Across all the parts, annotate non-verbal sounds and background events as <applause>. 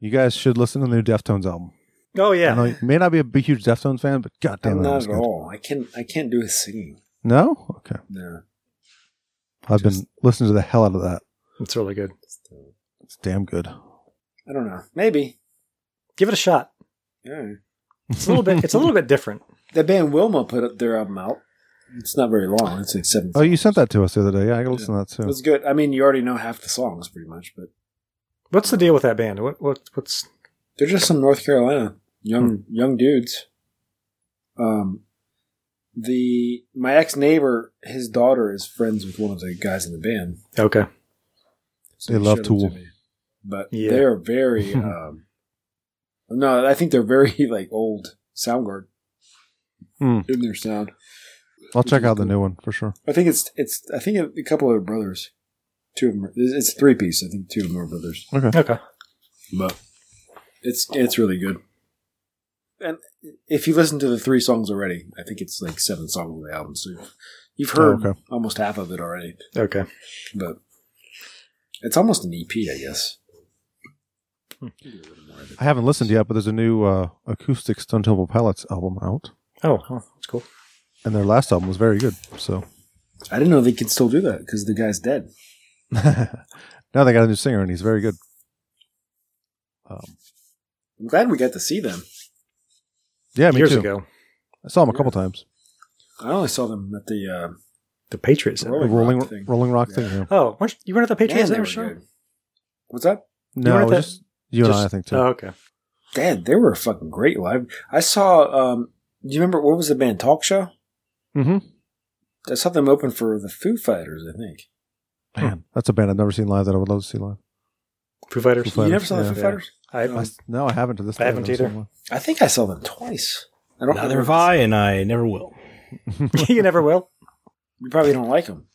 You guys should listen to the new Deftones album. Oh I know yeah, you may not be a big, huge Deftones fan, but goddamn, I'm it, it not was at good. all. I can I can't do a singing. No, okay. No, I've Just- been listening to the hell out of that. It's really good. It's damn good. I don't know. Maybe. Give it a shot. Yeah. It's a little bit. It's a little bit different. The band Wilma put up their album out. It's not very long. It's like seven. Oh, you sent that to us the other day. Yeah, I can listen to that too. It's good. I mean, you already know half the songs pretty much, but What's the deal with that band? What what what's they're just some North Carolina young Hmm. young dudes. Um, the my ex neighbor, his daughter is friends with one of the guys in the band. okay? So They he love showed them to Tool. me. but Yeah. <laughs> they're very. um No, I think they're very <laughs> like old Soundgarden Hmm. in their sound. I'll check out the new one for sure. I think it's it's. I think a, a couple of their brothers, two of them. Are, it's it's three piece. I think two of them are brothers, Okay. Okay. but it's it's really good. And if you listen to the three songs already, I think it's like seven songs on the album, so you've heard Oh, okay. almost half of it already. Okay. But it's almost an EP, I guess. I haven't listened yet, but there's a new uh, acoustic Stone Temple Pilots album out, Oh, oh that's cool. and their last album was very good. So <laughs> I didn't know they could still do that because the guy's dead. now they got a new singer, and he's very good. Um, I'm glad we got to see them. yeah, me Years too. ago, I saw him a couple times. I only saw them at the uh, the Patriots. Rolling The Rock Rolling thing. Rolling Rock Yeah. thing. Yeah. Oh, weren't you, you weren't at the Man, Patriots they ever were show? good. What's that? uh, No, it weren't was at- just you and I, I Just- think too. Oh, okay. Dad, they were fucking great live. I saw. Um, do you remember what was the band Talk Show? mm-hmm. I saw them open for the Foo Fighters. I think Man, Hmm. that's a band I've never seen live that I would love to see live. Foo Fighters. Foo you Fighters, never saw the yeah. Foo Fighters. I, I s- no, I haven't to this I day. I've haven't never seen either. one. I think I saw them twice. I don't. Neither remember. have I, and I never will. <laughs> you never will. You probably don't like them.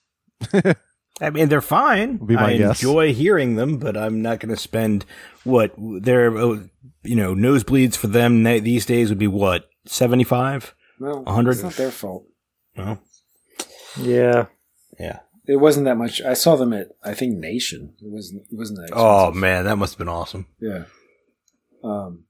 I mean, they're fine. Would be my I guess. enjoy hearing them, but I'm not going to spend what their uh, you know nosebleeds for them na- these days would be what seventy five. Well, A hundred. it's not their fault. Well, Yeah. yeah. It wasn't that much. I saw them at I think Nation. It wasn't. It wasn't that. Oh expensive. man, that must have been awesome. Yeah. Um.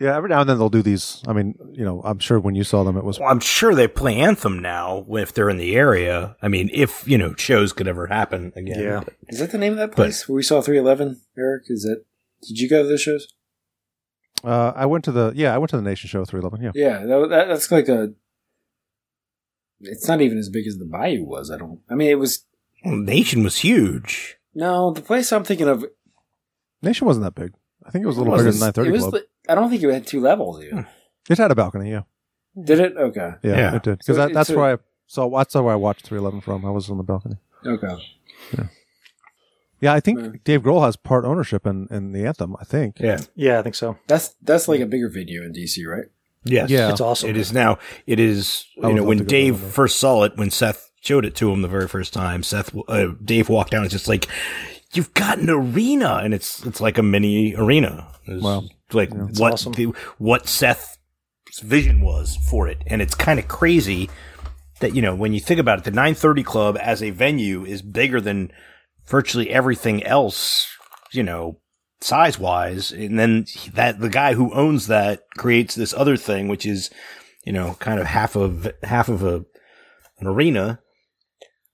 Yeah, every now and then they'll do these. I mean, you know, I'm sure when you saw them, it was Well, I'm sure they play Anthem now if they're in the area. I mean, if you know shows could ever happen again. Yeah. Is that the name of that place where we saw 311, Eric? Is that. Did you go to those shows? Uh, I went to the yeah, I went to the Nation Show 311. Yeah, Yeah, that, that, that's like a. It's not even as big as the Bayou was. I don't. I mean, it was. Well, Nation was huge. No, the place I'm thinking of. Nation wasn't that big. I think it was a little was bigger this- than 930 it was Club. li- I don't think it had two levels. Even. it had a balcony. Yeah, Hmm. Did it? Okay. yeah, Yeah. it did So because that, it's that's a- where I saw. That's where I watched 311 from. I was on the balcony. Okay. Yeah, I think Mm. Dave Grohl has part ownership in, in the anthem. I think. <laughs> Yeah. Yeah, I think so. That's that's like a bigger video in DC, right? Yes. Yeah. It's awesome. It is now. It is. I would You know, love to when go Dave down there. first saw it, when Seth showed it to him the very first time, Seth, uh, Dave walked down. and just like, "You've got an arena," and it's it's like a mini arena. It's Wow. Like Yeah. That's what awesome. the, what Seth's vision was for it, and it's kind of crazy that you know when you think about it, the 930 Club as a venue is bigger than virtually everything else. You know, size wise and then he- that the guy who owns that creates this other thing which is you know kind of half of half of a an arena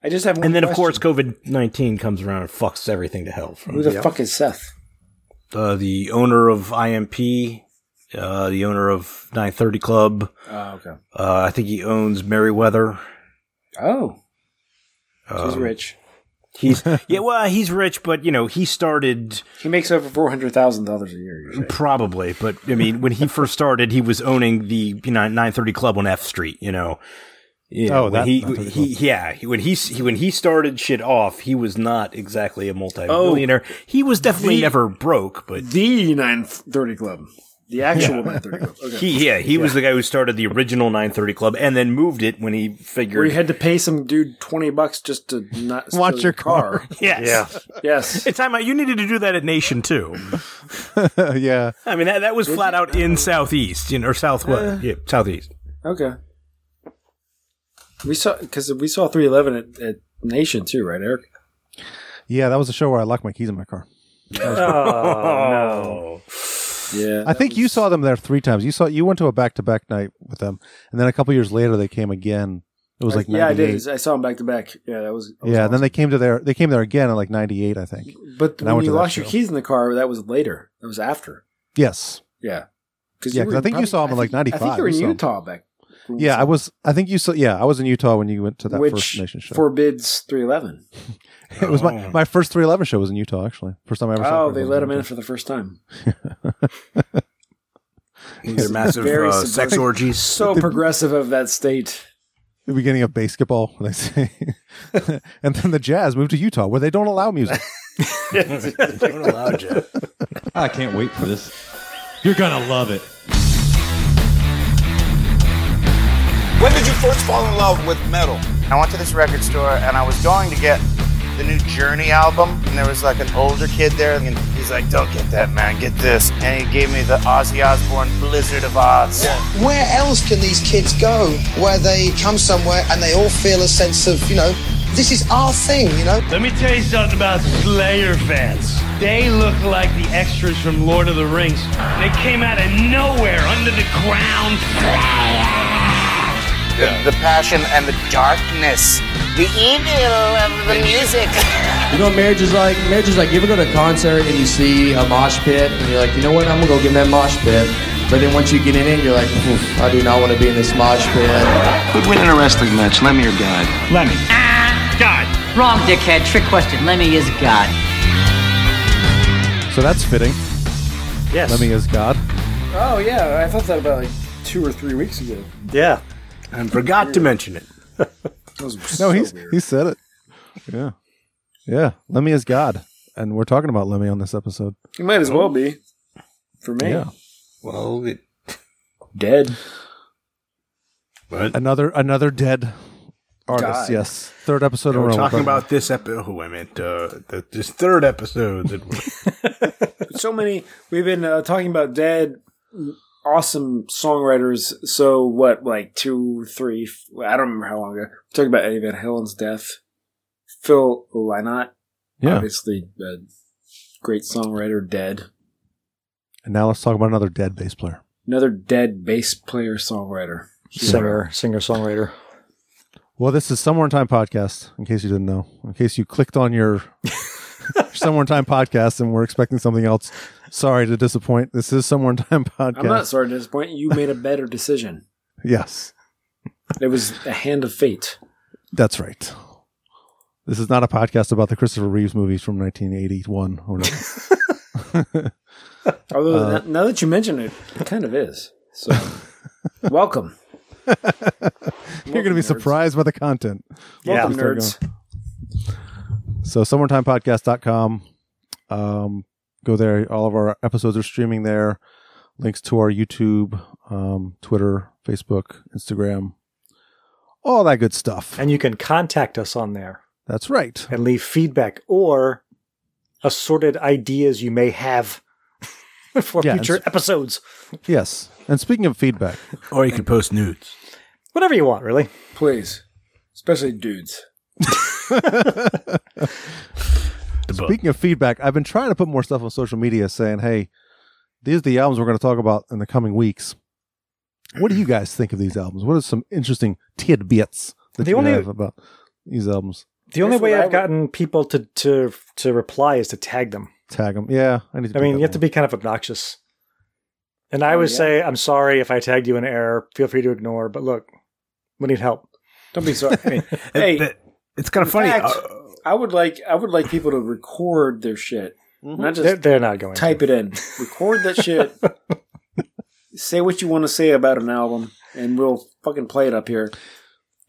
I just have. One and then of course question. covid-19 comes around and fucks everything to hell who from the Yeah. fuck is Seth? uh, the owner of imp uh, the owner of 930 club Oh, okay. uh, i think he owns merriweather Oh, he's Um, rich. he's yeah well he's rich but you know he started He makes over four hundred thousand dollars a year. you're saying. <laughs> Probably, but I mean, when he first started, he was owning the you know 930 Club on F Street. You know, yeah. Oh, when that he, 930 he yeah he- when he, s- he when he started shit off, he was not exactly a multi-millionaire. he was definitely The- never broke, but The nine thirty club, the actual nine thirty club. Okay. he yeah he was the guy who started the original 930 Club and then moved it when he Where figured. you had to pay some dude twenty bucks just to not Watch steal your car. yes. Yeah. <laughs> yes, It's time out. You needed to do that at Nation too. yeah. I mean, that, that was flat out in Southeast, you know, or Southwest, yeah, Southeast. okay. We saw because we saw three eleven at, at Nation too, right, Eric? Yeah, that was a show where I locked my keys in my car. Oh, no. Oh, Yeah, I think you saw them there three times. You saw you went to a back to back night with them, and then a couple years later they came again. It was like yeah, I did. 98. I saw him back to back. Yeah, that was. That was yeah. Then awesome. they came to their they came there again in like '98, I think. But and I when went you to that lost your show. keys in the car, that was later. That was after. Yes. Yeah, because Yeah, 'cause I think you saw him in, like, 95 I think you were in or so. Utah back. Yeah, I was. I think you saw. Yeah, I was in Utah when you went to that which first nation show. forbids 311. it was my Oh. my first 311 show was in Utah actually. First time I ever. saw Oh, they let him in for the first time. Their massive Very uh, subversive. sex orgies. <laughs> So progressive of that state. The beginning of basketball, <laughs> they <laughs> say, and then the Jazz moved to Utah where they don't allow <laughs> music. Don't allow Jeff. I can't wait for this. You're gonna love it. When did you first fall in love with metal? I went to this record store and I was going to get the new Journey album, and there was like an older kid there, and he's like, "Don't get that, man. Get this." And he gave me the Ozzy Osbourne Blizzard of Oz. where else can these kids go where they come somewhere and they all feel a sense of, you know, this is our thing, you know? Let me tell you something about Slayer fans. They look like the extras from Lord of the Rings. They came out of nowhere under the ground. The, the passion and the darkness, the evil of the music. You know what marriage is like? Marriage is like you ever go to a concert and you see a mosh pit and you're like, you know what, I'm gonna go get in that mosh pit. But then once you get in it, you're like, "Oof, I do not want to be in this mosh pit. Who'd win in a wrestling match, Lemmy or God? Lemmy. God. Wrong, dickhead. Trick question. Lemmy is God. So that's fitting. Yes. Lemmy is God. Oh yeah, I thought that about like two or three weeks ago. yeah. And forgot to mention it. That was No, so he's weird. he said it. Yeah, yeah. Lemmy is God, and we're talking about Lemmy on this episode. he might as well be for me. Yeah. Well, it, Dead. but Another another dead artist. God. Yes, third episode. in a we're row. talking about this episode. Oh, I meant uh, the, this third episode that we're <laughs> so many we've been uh, talking about dead awesome songwriters so what like two three f- i don't remember how long ago we talked about eddie van halen's death phil lynott yeah. obviously a great songwriter dead And now let's talk about another dead bass player. another dead bass player songwriter Singer, singer, songwriter. Well, this is Somewhere in Time podcast. In case you didn't know, in case you clicked on <laughs> your Somewhere in Time podcast and we're expecting something else. Sorry to disappoint. This is Somewhere in Time podcast. i'm not sorry to disappoint you made a better decision yes, it was a hand of fate that's right. This is not a podcast about the Christopher Reeves movies from 1981 or not. although now- now that you mention it it kind of is so welcome You're going to be surprised by the content. Yeah. welcome nerds So summertimepodcast.com. Um, go there. All of our episodes are streaming there. Links to our YouTube, um, Twitter, Facebook, Instagram, all that good stuff. And you can contact us on there That's right. and leave feedback or assorted ideas you may have <laughs> for Yeah, future it's- episodes. Yes. And speaking of feedback, Or you can post nudes. Whatever you want, really. Please. Especially dudes. The book. speaking of feedback, I've been trying to put more stuff on social media saying, hey, these are the albums we're going to talk about in the coming weeks. What do you guys think of these albums? What are some interesting tidbits that The you only- have about these albums? The only Here's way what I I've would- gotten people to, to to reply is to tag them. Tag them. Yeah. I, need to I pick mean, that you have to one up. be kind of obnoxious. And I Oh, would yeah. say, I'm sorry if I tagged you in error. Feel free to ignore, but look, we need help. Don't be sorry. Hey, <laughs> hey, It- it- it's kind of funny. fact- uh, I would like I would like people to record their shit. Not just They're, they're not going. to. type it in. Record that shit. say what you want to say about an album and we'll fucking play it up here.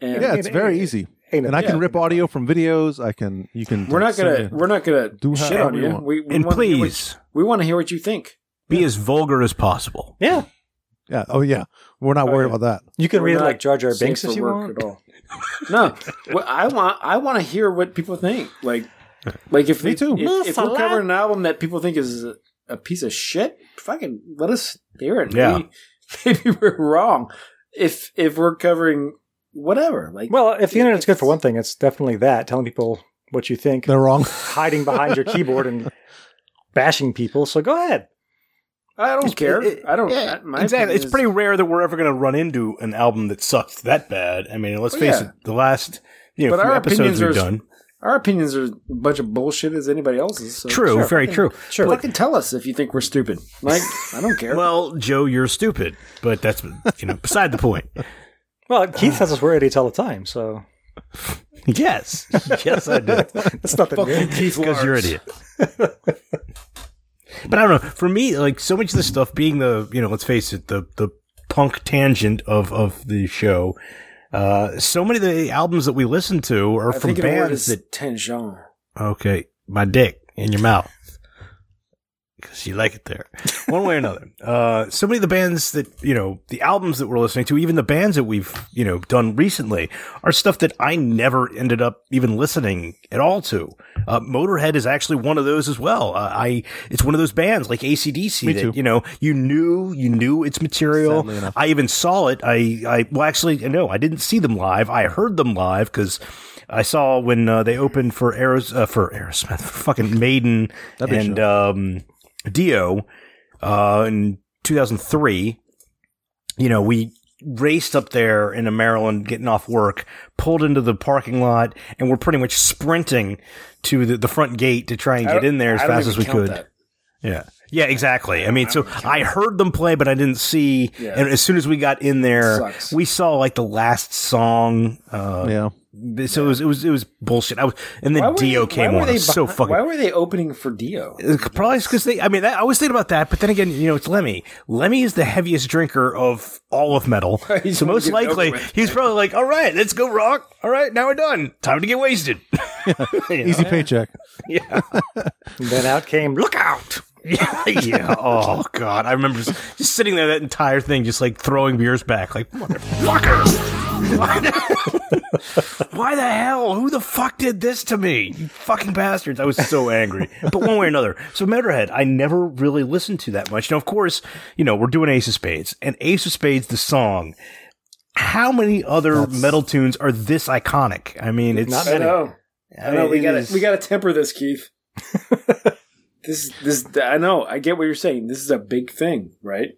And yeah, it's very easy. Ain't And I can Yeah. rip audio from videos. I can. You can. we're not gonna send me- we're not gonna Do shit however on you you. want. We, we and wanna hear what- please we want to hear what you think. be as vulgar as possible. Yeah, Yeah. Oh yeah. We're not worried about that. you can We're read it not like Jar Jar safe Binks for if you work want. At <laughs> all. No, Well, I want I want to hear what people think. Like, like if Me they- too. If, if we're covering an album that people think is a, a piece of shit, fucking let us hear it. Yeah. Maybe, maybe <laughs> we're wrong. If if we're covering whatever, like Well, if the internet's good for one thing, it's definitely that telling people what you think, They're wrong. <laughs> hiding behind your keyboard and bashing people. So go ahead. I don't care. I don't. Yeah, I- my exactly. opinion It's is- pretty rare that we're ever going to run into an album that sucks that bad. I mean, let's Oh, face yeah. it, the last you know But few our episodes opinions we've are <laughs> done. Our opinions are a bunch of bullshit as anybody else's. So True, sure, very fucking- true. Sure, But- fucking tell us if you think we're stupid. Like I don't care. <laughs> Well, Joe, you're stupid, but that's you know beside the point. Well, Keith has us worried all the time, so <laughs> <laughs> Yes, <laughs> yes, I do. That's not that Fucking good. Keith because you're an idiot. <laughs> but I don't know. For me, like so much of this stuff being the you know, let's face it, the the punk tangent of of the show. Uh, so many of the albums that we listen to are I from think it bands is that. tension. Okay, my dick in your mouth because you like <laughs> it there, one way or another. Uh, so many of the bands that you know, the albums that we're listening to, even the bands that we've you know done recently, are stuff that I never ended up even listening at all to. Uh, Motorhead is actually one of those as well. Uh, I it's one of those bands like ACDC Me that too. you know you knew you knew its material. Sadly enough. I even saw it. I I well actually no, I didn't see them live. I heard them live because. I saw when uh, they opened for Aeros- uh, for Aerosmith, <laughs> for fucking Maiden, big and um, Dio uh, in 2003. You know, we raced up there in Maryland, getting off work, pulled into the parking lot, and we're pretty much sprinting to the, the front gate to try and I get don't- in there as I don't fast even as we count could. that. Yeah. Yeah, exactly. I mean, so I heard them play, but I didn't see. Yeah. And as soon as we got in there, Sucks. we saw like the last song. Uh, Yeah. So it was it was it was bullshit. I was, and then Dio came on. I was so behi- fucking Why were they opening for Dio? uh, Probably because they. I mean, that, I always think about that, but then again, you know, it's Lemmy. Lemmy is the heaviest drinker of all of metal, <laughs> He's so gonna most get it over likely with. he's probably like, "All right, let's go rock. All right, now we're done. Time to get wasted." <laughs> You Easy know? paycheck. yeah, And then out came look out. yeah, <laughs> yeah. Oh god, I remember just, just sitting there that entire thing, just like throwing beers back, like motherfucker. <laughs> Why the- Why the hell? Who the fuck did this to me? You fucking bastards. I was so angry. But one way or another. So Motorhead, I never really listened to that much. Now, of course, you know, we're doing Ace of Spades, and Ace of Spades, the song. How many other metal tunes are this iconic? I mean, it's Not I many. know. I know. We it got is- to we got to temper this, <laughs> Keith. this this I know. I get what you're saying. This is a big thing, right?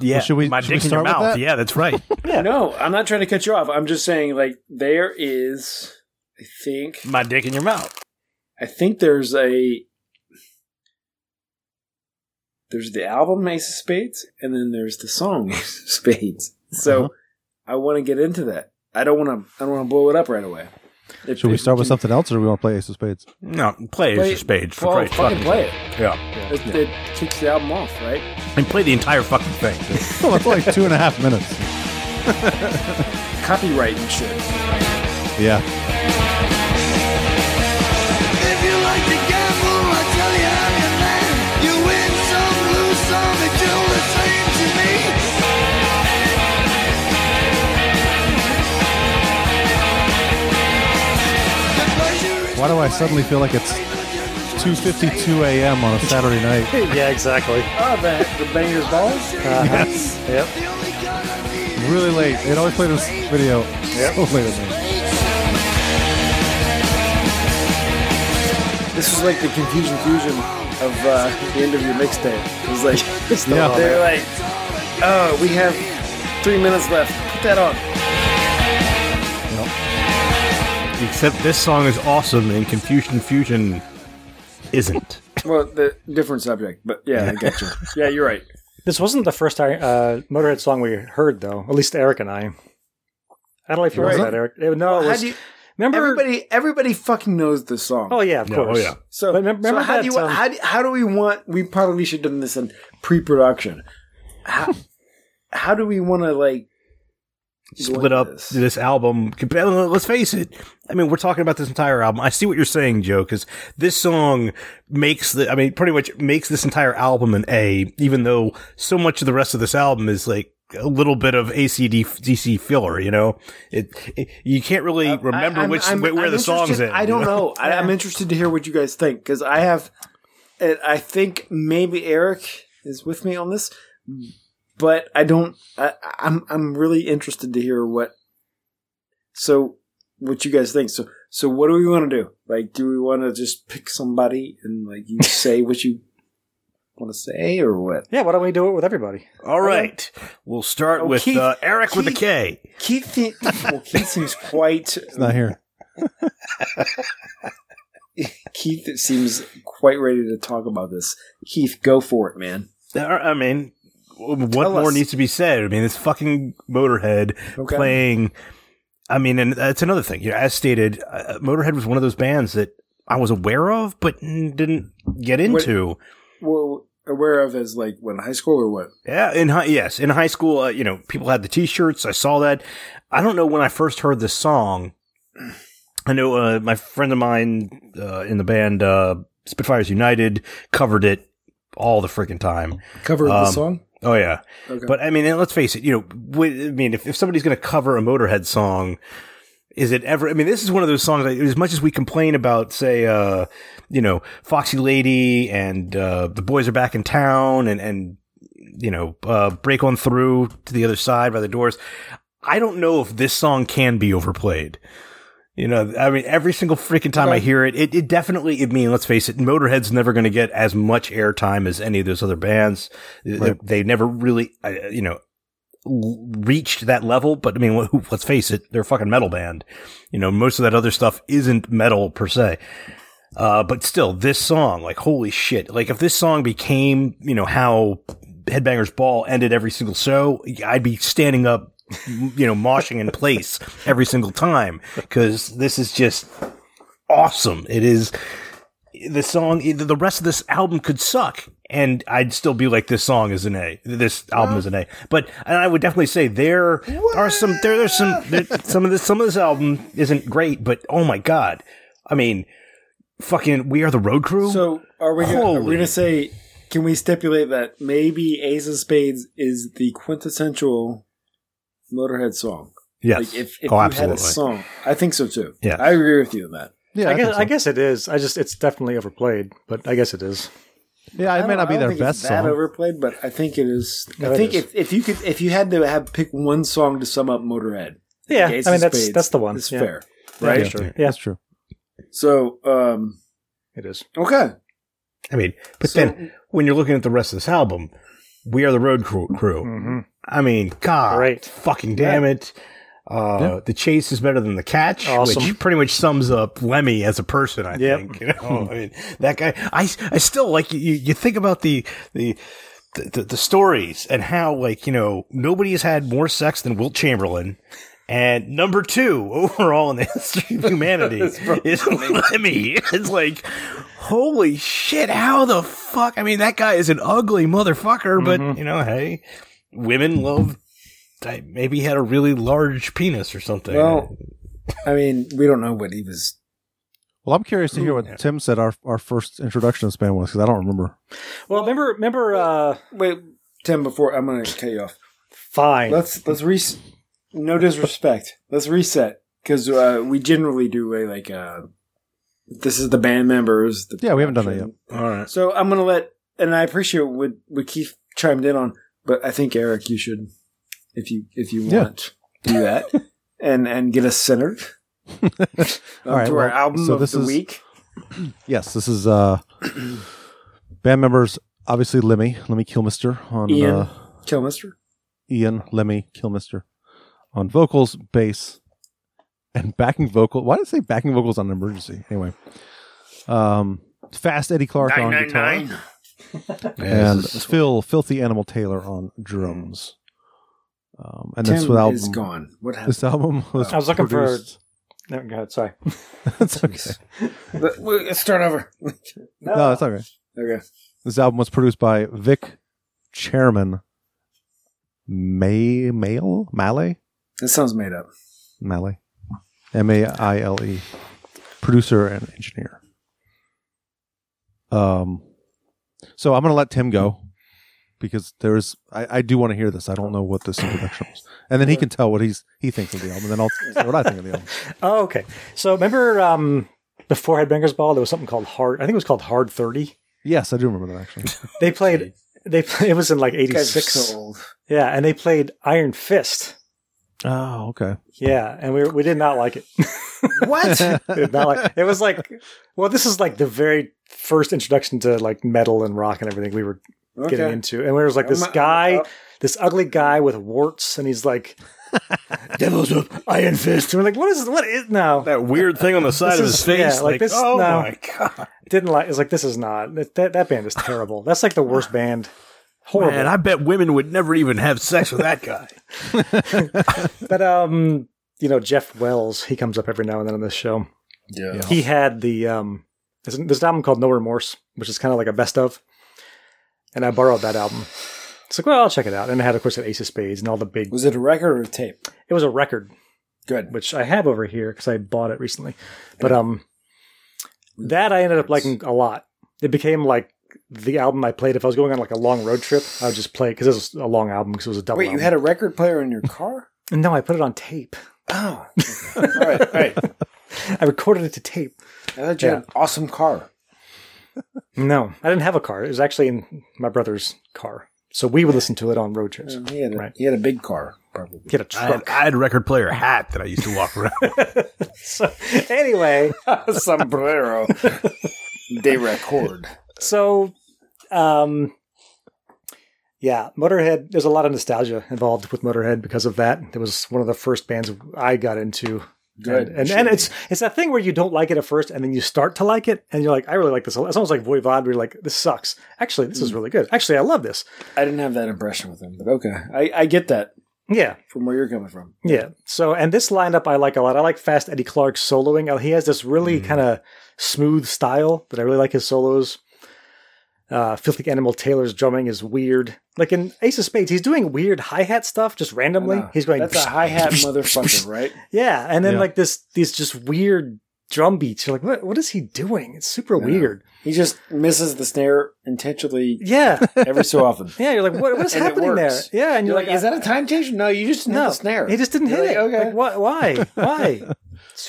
Yeah, Well, should we- my should we dick's in your start with mouth. that? Yeah, that's right. No, I'm not trying to cut you off. I'm just saying, like, there is, I think, my dick in your mouth. I think there's a, there's the album Ace of Spades, and then there's the song Ace of Spades. So, Uh-huh. I want to get into that. I don't want to. I don't want to blow it up right away. If- Should we if start with can something else, or do we want to play Ace of Spades? No, play Ace play- of Spades for well, Christ's fucking fucking play it. sake. Yeah. It, it kicks the album off, right? and play the entire fucking thing. <laughs> Well, that's like two and a half minutes. Copyright and shit. Yeah. If you like to gamble, I tell you I'm your man. You win some, lose some, it do the same to me. The pleasure is Why do I suddenly feel like it's 2:52 a.m. on a Saturday night? yeah, exactly. Oh, the, the banger's balls. Yep. the only God I need. Really late. It always played this video so late at night. This was like the confusion fusion of uh, the end of your mixtape. It was like <laughs> Yeah. they're like, oh, we have three minutes left. Put that on. Except this song is awesome and Confusion Fusion isn't. Well, the different subject, but yeah, I got you. Yeah, you're right. This wasn't the first uh, Motorhead song we heard, though. At least Eric and I. I don't know if you remember Right. that, Eric. Eh, No, it How was. do you- remember? everybody, everybody fucking knows this song. oh yeah, of Yeah, oh, course. yeah. So, But remember- so remember how that, do you um, how, do, how do we want? We probably should have done this in pre-production. How how do we want to like Split up this, album. Let's face it. I mean, we're talking about this entire album. I see what you're saying, Joe, because this song makes the, I mean, pretty much makes this entire album an A, even though so much of the rest of this album is like a little bit of ACDC filler, you know? It, it- you can't really <laughs> remember Uh, I'm- which, I'm- where I'm the song's interested- at. I don't know. I, I'm interested to hear what you guys think because I have, and I think maybe Eric is with me on this, but I don't. I, I'm I'm really interested to hear what. So, what you guys think? So, so what do <laughs> we want to do? Like, do we want to just pick somebody and like you say what you want to say or what? Yeah, why don't we do it with everybody? All right. We'll start Oh, with Keith- uh, Eric with a Keith- K. Keith, thi- well, Keith seems quite. It's not here. Keith seems quite ready to talk about this. Keith, go for it, man. Uh, I mean, what Tell more us. needs to be said? I mean, it's fucking Motorhead Okay. playing. I mean, and that's another thing. You know, as stated, uh, Motorhead was one of those bands that I was aware of, but mm, didn't get into. Well, aware of as like when high school or what? Yeah, in high, yes, in high school, uh, you know, people had the T-shirts. I saw that. I don't know when I first heard this song. I know uh, my friend of mine uh, in the band uh, Spitfires United covered it all the freaking time. Covered the song? Oh yeah, Okay. but I mean, and let's face it. You know, wi- I mean, if, if somebody's going to cover a Motorhead song, is it ever? I mean, this is one of those songs. That, as much as we complain about, say, uh, you know, Foxy Lady and uh, the boys are back in town, and and you know, uh, break on through to the other side by the doors. I don't know if this song can be overplayed. You know, I mean, every single freaking time I hear it, it, it definitely, I mean, let's face it, Motorhead's never going to get as much airtime as any of those other bands. They- They, never really, uh, you know, l- reached that level. But I mean, wh- who- let's face it, they're a fucking metal band. You know, most of that other stuff isn't metal per se. Uh, but still, this song, like, holy shit. Like, if this song became, you know, how Headbangers Ball ended every single show, I'd be standing up, you know, moshing in place every single time because this is just awesome. It is the song, the rest of this album could suck. And I'd still be like, this song is an A. This album is an A. But and I would definitely say there are some there there's some there, some of this some of this album isn't great, but oh my god, I mean, fucking we are the road crew. So are we gonna, are we Holy. gonna say? Can we stipulate that maybe Ace of Spades is the quintessential Motorhead song? Yes. Like if, if Oh, you absolutely. had a song, I think so too. Yeah. I agree with you on that. I, guess I guess it is. I just it's definitely overplayed, but I guess it is. Yeah, it may I don't- not be I don't their think best it's that song. overplayed, but I think it is. No, I it think is. if, if you could, if you had to have pick one song to sum up Motorhead, Yeah, Ace I mean of that's Spades that's the one. is Yeah. fair, Yeah, right? that's true. Yeah, that's true. So, um, It is. okay, I mean, but then when you're looking at the rest of this album, we are the road crew. crew. Mm-hmm. I mean, God, fucking damn it. Uh, Yeah. The chase is better than the catch, Awesome. which pretty much sums up Lemmy as a person. I Yep. think you know, I mean, that guy. I I still like you. You think about the the. The, the, the stories and how like you know nobody has had more sex than Wilt Chamberlain, and number two <laughs> overall in the history <laughs> of humanity is Lemmy. It's like holy shit! How the fuck? I mean, that guy is an ugly motherfucker, but you know, hey, women love. I maybe he had a really large penis or something. well, I mean, we don't know what he was. Well, I'm curious to hear what Tim said our, our first introduction to Span was because I don't <laughs> remember. Well, remember remember uh Wait, Tim, before I'm gonna cut you off. fine. Let's let's re. No disrespect. Let's reset because uh, we generally do a like uh, this is the band members. The Yeah, we haven't done that yet. All right. So I'm gonna let, and I appreciate what what Keith chimed in on, but I think Eric, you should, if you if you Yeah. want, <laughs> do that, and and get us centered. All right, to our well, album so of this the is- week. Yes, this is uh, band members. Obviously, Lemmy, Lemmy Kilmister on Ian Uh, Kilmister. Ian Lemmy Kilmister on vocals, bass, and backing vocal. Why did I say backing vocals on emergency? Anyway, um, fast Eddie Clark on guitar and Phil Filthy Animal Taylor on drums. Um, and this Tim album is gone. Oh. What happened? This album was. I was looking for- produced- <laughs> No, go ahead. Sorry. That's okay. Let- wait, Let's start over. <laughs> No, it's okay. Okay. This album was produced by Vic Chairman May Mail Malay That sounds made up. Malay M A I L E producer and engineer. Um, so I'm gonna let Tim go because there is I, I do want to hear this. I don't know what this introduction was, and then he can tell what he's he thinks of the album, and then I'll say what I think of the album. Oh, okay. So remember um before Headbangers Ball, there was something called Hard. I think it was called Hard Thirty. <laughs> Yes, I do remember that actually. They <laughs> played. They play, it was in like You guys are '86. so old. Yeah, and they played Iron Fist, <laughs> Oh, okay. Yeah, and we we did not like it. <laughs> What? Did not like- it was like, well, this is like the very first introduction to like metal and rock and everything we were Okay. getting into, and there was like this I'm- Oh. guy, this ugly guy with warts, and he's like, "Devils with iron fist." And we're like, "What is? What is no?" That weird thing on the side This of his is- face. yeah, like like, this- oh no. my god. Didn't like. It's like this is not that that, that band is terrible. That's like the worst band. Horrible. Man, I bet women would never even have sex with that guy. But um, you know Jeff Wells, he comes up every now and then on this show. Yeah. He had the um, there's an there's an album called No Remorse, which is kind of like a best of, and I borrowed that album. It's like, well, I'll check it out, and it had, of course, an Ace of Spades and all the big. Was it a record or a tape? It was a record, Good. which I have over here because I bought it recently. But um, that I ended up liking a lot. It became like the album I played if I was going on like a long road trip. I would just play because it was a long album because it was a double. Wait, you had a record player in your car? a- no? I put it on tape. Oh. All right, all right. <laughs> I recorded it to tape. I thought you had an awesome car. No, I didn't have a car. It was actually in my brother's car. So we would listen to it on road trips. He had a, Right. he had a big car, probably. Get a <laughs> I had, truck. I had a record player hat that I used to walk around. with. So, <laughs> anyway, Sombrero. <laughs> they record. so um yeah, Motorhead, there's a lot of nostalgia involved with Motorhead because of that. It was one of the first bands I got into. Good. And, and, and it's it's that thing where you don't like it at first and then you start to like it and you're like, I really like this. a lot." It's almost like Voivod, where you're like, this sucks. Actually, this is Hmm. really good. Actually, I love this. I didn't have that impression with him, but okay. I, I get that Yeah. from where you're coming from. Yeah. So, and this lineup I like a lot. I like Fast Eddie Clark's soloing. Uh, He has this really Hmm. kind of smooth style that I really like his solos. Uh, Filthy Animal Taylor's drumming is weird. Like in Ace of Spades, he's doing weird hi hat stuff just randomly. know. He's going, Ah, <laughs> That's a hi hat motherfucker, right? yeah, and then Yeah. like this, these just weird drum beats. You're like, what? What is he doing? It's super weird. He just misses the snare intentionally <laughs> Yeah, <laughs> every so often. yeah. You're like, what? What is And it happening there? works. Yeah, and You're like, is that a time change? No, you just didn't hit no the snare. He just didn't You're hit like, it. Okay. Like, why? <laughs> Why? Why?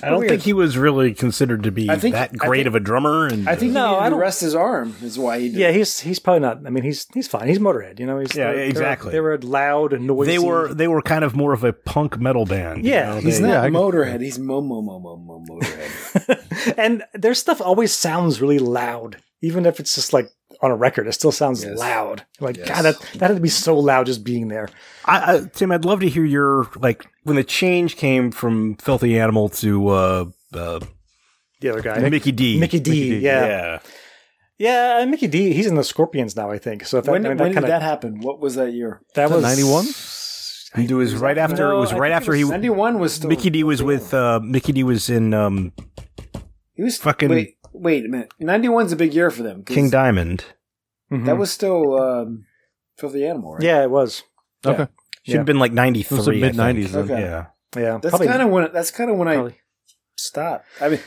I don't think he was really considered to be I think- that I great think- of a drummer. And I think No, he needed I to don't- rest his arm is why he did. Yeah, he's he's probably not. I mean, he's he's fine. He's Motorhead, you know. He's, Yeah, they're- they're- exactly. They were loud and noisy. they were they were kind of more of a punk metal band. you Yeah, know, He's they- not Yeah, I- Motorhead. He's mo mo mo mo mo <laughs> Motorhead. <laughs> and their stuff always sounds really loud, even if it's just like on a record. It still sounds Yes. loud. Like Yes. God, that that had to be so loud just being there. I, I, Tim, I'd love to hear your like when the change came from Filthy Animal to uh, uh, The other guy, Mickey D. Mickey D, yeah. yeah, yeah. and Mickey D, he's in the Scorpions now, I think. So if that, when I mean, when that did kind that of happen? What was that year? that was Mm-hmm. 91? It was right after. it was I right think after he. ninety one was still Mickey D was with uh, Mickey D was in um, He was fucking- Wait, wait a minute. Ninety one's a big year for them. 'cause King Diamond. Mhm. That was still um, filthy animal, right? yeah, it was Okay. Should have been like ninety It was in three. mid 90s. Okay. Yeah. yeah. That's probably- kind of when. That's kind of when I probably. stopped. I mean,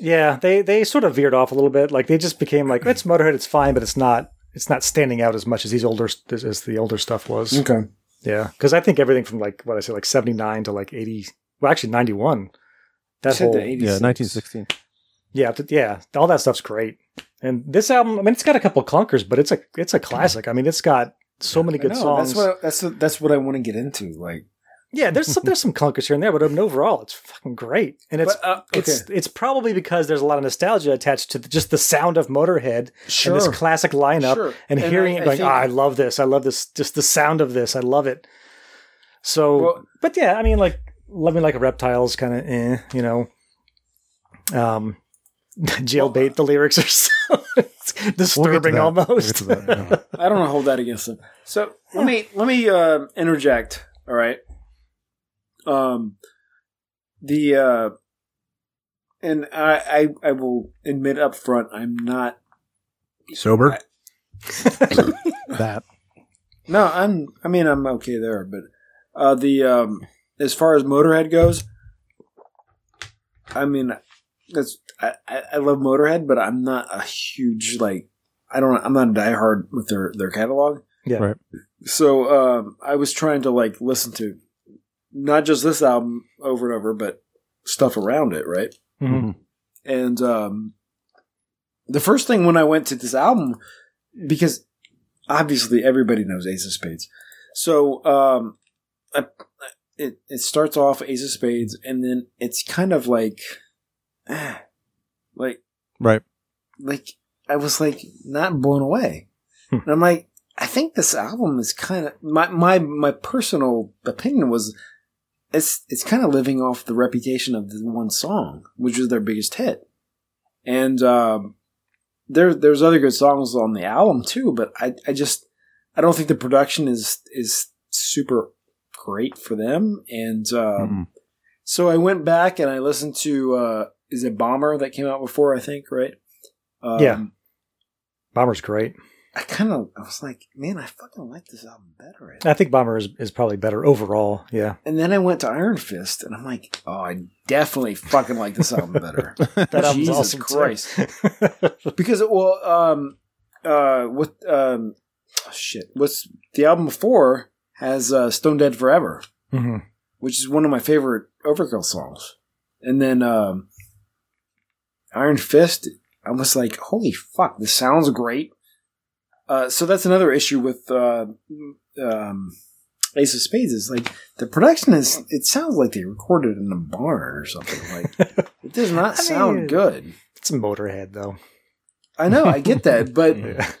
Yeah, they they sort of veered off a little bit. Like they just became like it's Motorhead, it's fine, but it's not it's not standing out as much as these older as, as the older stuff was. okay. Yeah, because I think everything from like what I say, like seventy nine to like eighty, well actually ninety one. That said whole the Yeah, 86. 1916. yeah up to- yeah, all that stuff's great. And this album, I mean, it's got a couple clunkers, but it's a it's a classic. I mean, it's got so many I good know, songs. That's what. That's that's what I want to get into. Like, yeah, there's some there's some clunkers here and there, but I mean, overall, it's fucking great. And it's But, uh, it's it's probably because there's a lot of nostalgia attached to the, just the sound of Motorhead Sure. and this classic lineup, Sure. and, And hearing I- it I going, think- "Ah, I love this, I love this, just the sound of this, I love it. So, Well- but yeah, I mean, like Love Me Like a Reptile's kind of, eh, you know, um, <laughs> jailbait. uh the lyrics are <laughs> so We'll get to disturbing that. We'll get almost. to that, yeah. I don't want to hold that against them. So let me let me uh, interject. All right. Um, the uh, and I, I I will admit up front, I'm not. Sober. <laughs> that. No, I'm. I mean, I'm okay there, but uh, the um, as far as Motorhead goes, I mean, that's I, I I love Motorhead, but I'm not a huge like. I don't. I'm not a diehard with their their catalog. Yeah. Right. So um, I was trying to like listen to not just this album over and over, but stuff around it, right? Mhm. And um, the first thing when I went to this album, because obviously everybody knows Ace of Spades, so um, I, it, it starts off Ace of Spades, and then it's kind of like, ah, like Right. like I was like not blown away, and I'm like, I think this album is kind of my my my personal opinion was, it's it's kind of living off the reputation of the one song, which was their biggest hit, and um, there there's other good songs on the album too, but I I just I don't think the production is is super great for them, and um, so I went back and I listened to uh, is it Bomber that came out before I think right. Um, yeah. Bomber's great. I kind of I was like, man, I fucking like this album better. I think Bomber is, is probably better overall. Yeah. And then I went to Iron Fist, and I'm like, oh, I definitely fucking like this album better. <laughs> That album's Jesus awesome, too. Christ, because well, um, uh, what um, oh, shit, what's the album before has uh, Stone Dead Forever, <laughs> Mm-hmm. which is one of my favorite Overkill songs, and then um, Iron Fist. I was like, holy fuck, this sounds great. Uh, so that's another issue with uh, um, Ace of Spades is like the production is. It sounds like they recorded in a barn or something. Like it does not I sound mean- good. It's a Motorhead, though. I know, I get that, but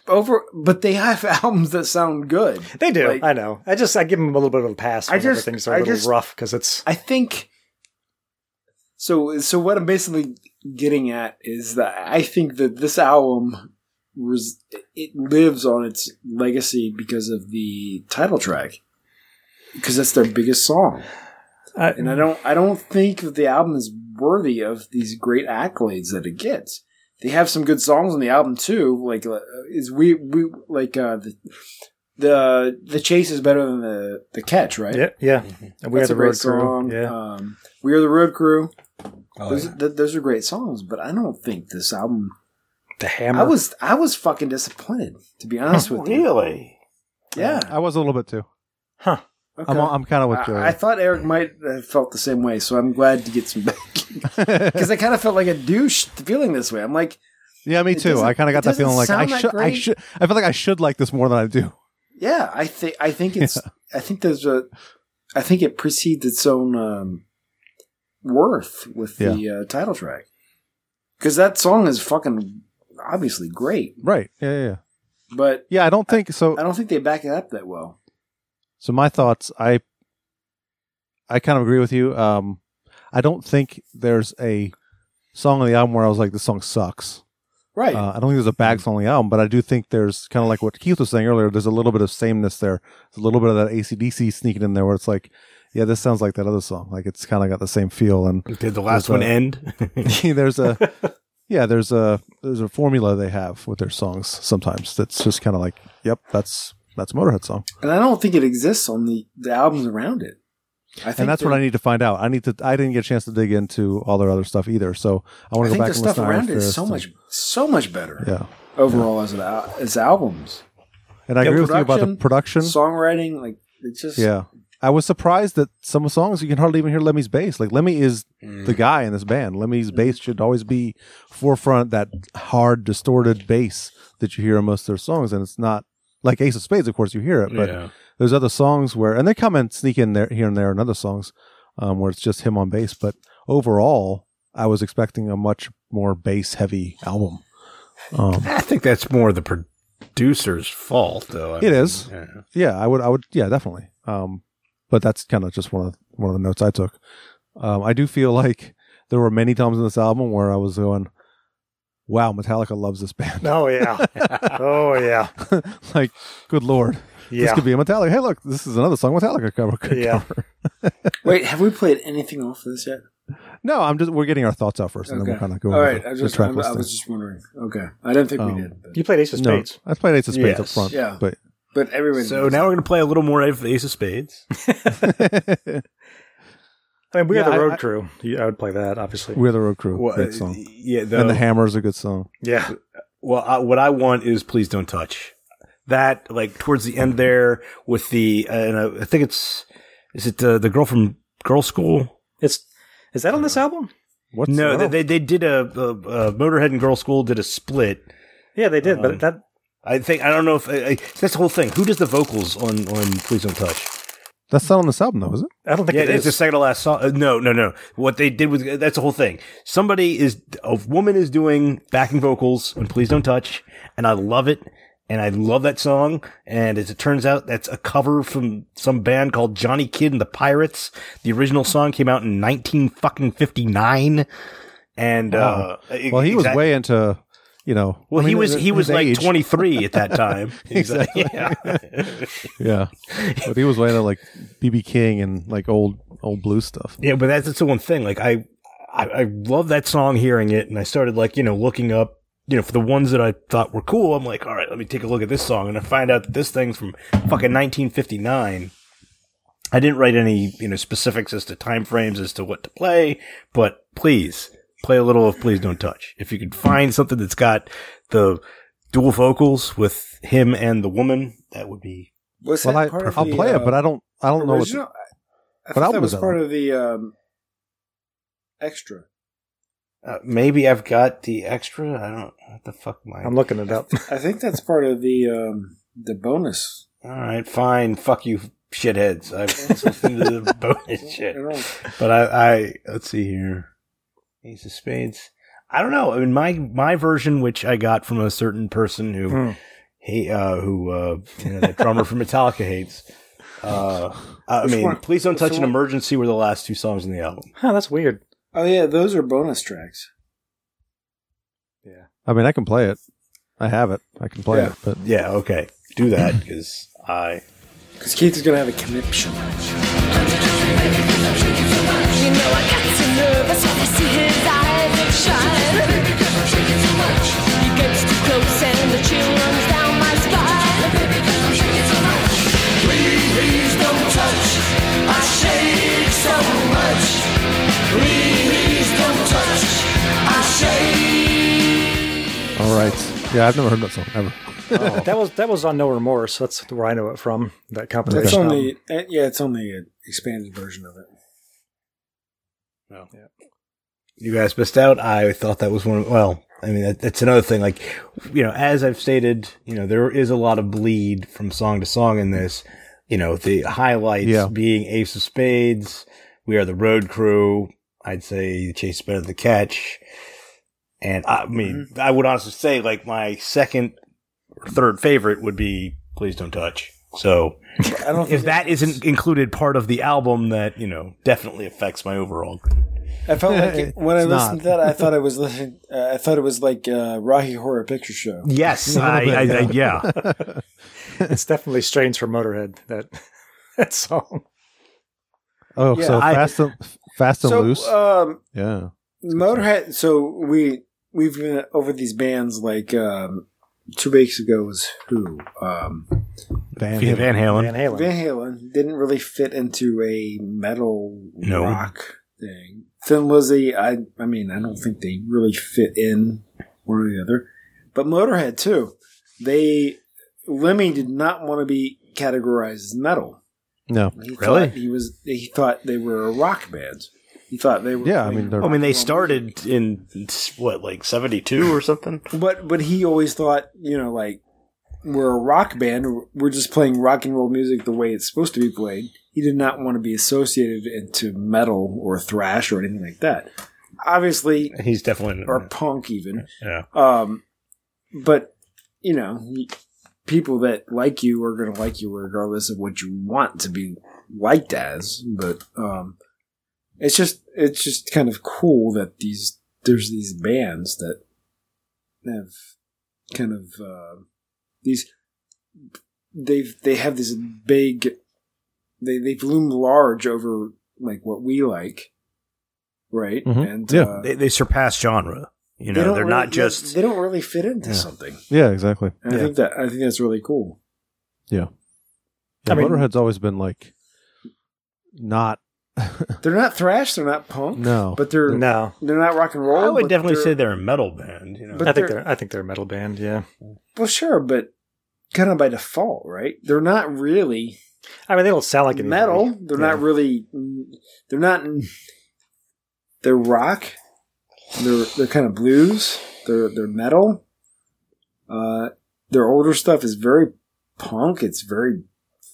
over, but they have <laughs> albums that sound good. They do. Like- I know. I just I give him a little bit of a pass. I I just- everything's a I little just- rough because it's I think so. So what I'm basically getting at is that I think that this album was it lives on its legacy because of the title track because that's their biggest song, I- and I don't I don't think that the album is worthy of these great accolades that it gets. They have some good songs on the album too, like uh, is we we like uh, the the the chase is better than the the catch, right? yeah yeah. And we are That's the a great road song. crew. Yeah. Um, we are the road crew. Oh, those, th- those are great songs, but I don't think this album. the hammer. I was I was fucking disappointed to be honest with you. Really? Yeah, I was a little bit too. Huh. Okay. I'm, I'm kind of with Joey. I, I thought Eric might have felt the same way, so I'm glad to get some back <laughs> because I kind of felt like a douche feeling this way. I'm like, <laughs> yeah, me it too. doesn't- I kind of it got that doesn't feeling like I sound that should. I great. should. I feel like I should like this more than I do. yeah, I think I think it's I think there's a I think it precedes its own um, worth with the uh, title track because that song is fucking obviously great, Right. Yeah. Yeah. yeah. but Yeah, I don't think so. I don't think they back it up that well. So my thoughts, I I kind of agree with you. Um I don't think there's a song on the album where I was like, this song sucks. Right. Uh, I don't think there's a bad song on the album, but I do think there's kind of like what Keith was saying earlier, there's a little bit of sameness there. There's a little bit of that ACDC sneaking in there where it's like, yeah, this sounds like that other song. Like it's kind of got the same feel. And <laughs> Did the last There's one a- end? there's a yeah there's a there's a formula they have with their songs sometimes that's just kind of like yep that's that's a motorhead song And I don't think it exists on the, the albums around it. I think and that's what that- i need to find out i need to i didn't get a chance to dig into all their other stuff either so i want I to go think back and the listen stuff to Iron around it is Fist so and- much so much better yeah overall as an al- as albums. and i The agree with you about the production songwriting, like it just yeah i was surprised that some songs you can hardly even hear lemmy's bass like lemmy is the guy in this band lemmy's bass should always be forefront that hard distorted bass that you hear in most of their songs and it's not like ace of spades of course you hear it but Yeah. there's other songs where and they come and sneak in there here and there in other songs um, where it's just him on bass but overall i was expecting a much more bass heavy album um, <laughs> I think that's more the producer's fault, though. I It is. yeah. yeah i would i would yeah definitely um, but that's kind of just one of one of the notes i took um, i do feel <laughs> like there were many times in this album where i was going wow metallica loves this band Oh <laughs> yeah. oh yeah. <laughs> like good lord this Yeah. could be a metallica hey look this is another song metallica cover could Yeah. cover. Wait, have we played anything off of this yet? no i'm just we're getting our thoughts out first and Okay. then we'll kind of go All over right, the- I the just track I'm- I listing. was just wondering. Okay, I didn't think Um, we did, but, You played Ace of No, Spades. I played Ace of Spades up Yes. front. Yeah. <laughs> but <laughs> but everyone. So now we're going to play a little more of Ace of Spades. I mean, we Yeah, are the I- road I- crew. You- I would play that, obviously. We're the Road Crew, Well, great song, Yeah, and the though- Hammer is a good song. yeah. Well, I, what I want is please don't touch that. Like towards the end there with the, uh, and I, I think it's is it uh, the the girl from Girl School? It's is that on this album? What's no, they, oh, they they did a, a, a Motorhead and Girl School did a split. Yeah, they did, Um, but that I think I don't know if I, I, that's the whole thing. Who does the vocals on on Please Don't Touch? That's not on this album, though, is it? I don't think yeah, it it's is. the second to last song. Uh, no, no, no. What they did was that's the whole thing. Somebody is a woman is doing backing vocals and "Please Don't Touch," and I love it, and I love that song. And as it turns out, that's a cover from some band called Johnny Kidd and the Pirates. The original song came out in nineteen fucking fifty nine, and Wow. uh, e- well, he was exact- way into, you know. Well, I he mean, uh, was he his was like age. twenty three at <laughs> that time. He's like- exactly. yeah, but he was way into like BB King and like old old blues stuff. Yeah, but that's, that's the one thing. Like I, I, I love that song, hearing it, and I started like you know looking up, you know, for the ones that I thought were cool. I'm like, all right, let me take a look at this song, and I find out that this thing's from fucking 1959. I didn't write any you know specifics as to time frames as to what to play, but please play a little of "Please Don't Touch." If you could find something that's got the dual vocals with him and the woman, that would be Was well, that I, part of I'll the, play it, uh, but I don't I don't know. What Original? I, I what thought album that was was that part on? of the um, extra. Uh, maybe I've got the extra. I don't. What the fuck am I? I'm looking it up. I think that's part of the um, the bonus. All right, fine. Fuck you, shitheads. I've listened <laughs> to the bonus <laughs> shit. But I, I let's see here. Ace of Spades. I don't know. I mean, my my version, which I got from a certain person who Hmm. he uh, who uh, you know, that drummer from Metallica hates. Uh, I Which mean, one? please don't Which touch an one? emergency. Were the last two songs in the album. <laughs> Huh, that's weird. <laughs> Oh yeah, those are bonus tracks. I mean, I can play it. I have it. I can play Yeah. it. But Yeah. Okay. Do that because I. Because Keith is gonna have a conniption. You know I got so nervous when I see his eyes that shine. He gets too close and the chill runs down my spine. Please don't touch. I shake so much. Please don't touch. I shake. all right, yeah, I've never heard that song ever. that was that was on No Remorse. That's where I know it from. That compilation. It's album. only uh, yeah, it's only an expanded version of it. No. You guys missed out. I thought that was one of, well, I mean, that, that's another thing. Like, you know, as I've stated, you know, there is a lot of bleed from song to song in this. You know, the highlights Yeah. being Ace of Spades, We Are the Road Crew, I'd say The Chase is Better Than the Catch. And I mean, I would honestly say, like, my second or third favorite would be Please Don't Touch. So, I don't if think that isn't included part of the album, that, you know, definitely affects my overall I felt like <laughs> it, when I It's listened to not. that, I thought I was listening. Uh, I thought it was like uh, Rocky Horror Picture Show. Yes, A <laughs> I, I, I, little bit, yeah. it's definitely strains from Motorhead. That <laughs> that song. Oh, Yeah, so I- fast and fast and so, loose. um, yeah, Motorhead. So we we've been over these bands like um, two weeks ago was who um, Van Van, Halen. Halen. Van Halen. Van Halen didn't really fit into a metal No. rock thing. Thin Lizzy, I I mean, I don't think they really fit in one or the other. But Motorhead too. They Lemmy did not want to be categorized as metal. no, He Really? thought he was he thought they were a rock band. He thought they were yeah. I mean, they're I mean, they started in what, like '72 or something. But but he always thought, you know, like we're a rock band. We're just playing rock and roll music the way it's supposed to be played. He did not want to be associated into metal or thrash or anything like that. Obviously, <laughs> He's definitely or punk even. yeah. Um, but you know, he- people that like you are going to like you regardless of what you want to be liked as. But um, it's just it's just kind of cool that these there's these bands that have kind of uh, these they've they have this big they they've loomed large over like what we like right Mhm. and Yeah. uh, They, they surpass genre. You they know, don't they're really- not just they don't really fit into Yeah. something. yeah, exactly. And I think that I think that's really <laughs> cool. Yeah, I mean- Motorhead's always been like not They're not thrash, they're not punk, no, but they're No, they're not rock and roll. I would but definitely they're- say they're a metal band. You know, But I think they're- they're, I think they're a metal band. Yeah, well, sure, but kind of by default, right? They're not really I mean they don't sound like anybody. metal. They're not Yeah. really. They're not. They're rock. They're they're kind of blues. They're they're metal. Uh, their older stuff is very punk. It's very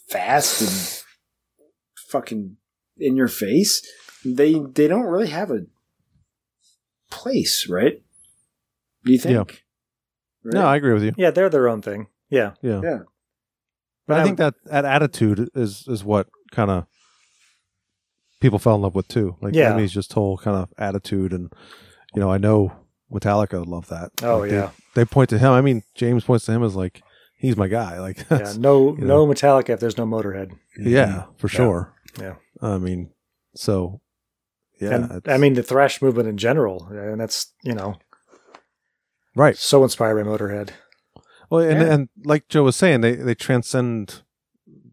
fast and fucking in your face, they they don't really have a place, right? Do you think? Yeah. No, I agree with you. Yeah, they're their own thing. Yeah. Yeah. But I think that that attitude is is what kind of people fell in love with too. Like Yeah. Amy's just whole kind of attitude, and you know, I know Metallica would love that. Oh, Like, they- yeah. they, point to him. I mean, James points to him as like he's my guy. Like Yeah, that's- no, you no Metallica if there's no Motorhead. yeah, for Yeah. sure. Yeah. I mean, so yeah, and, I mean the thrash movement in general, and that's you know, right. So inspired by Motorhead. Well, and Yeah. and like Joe was saying, they they transcend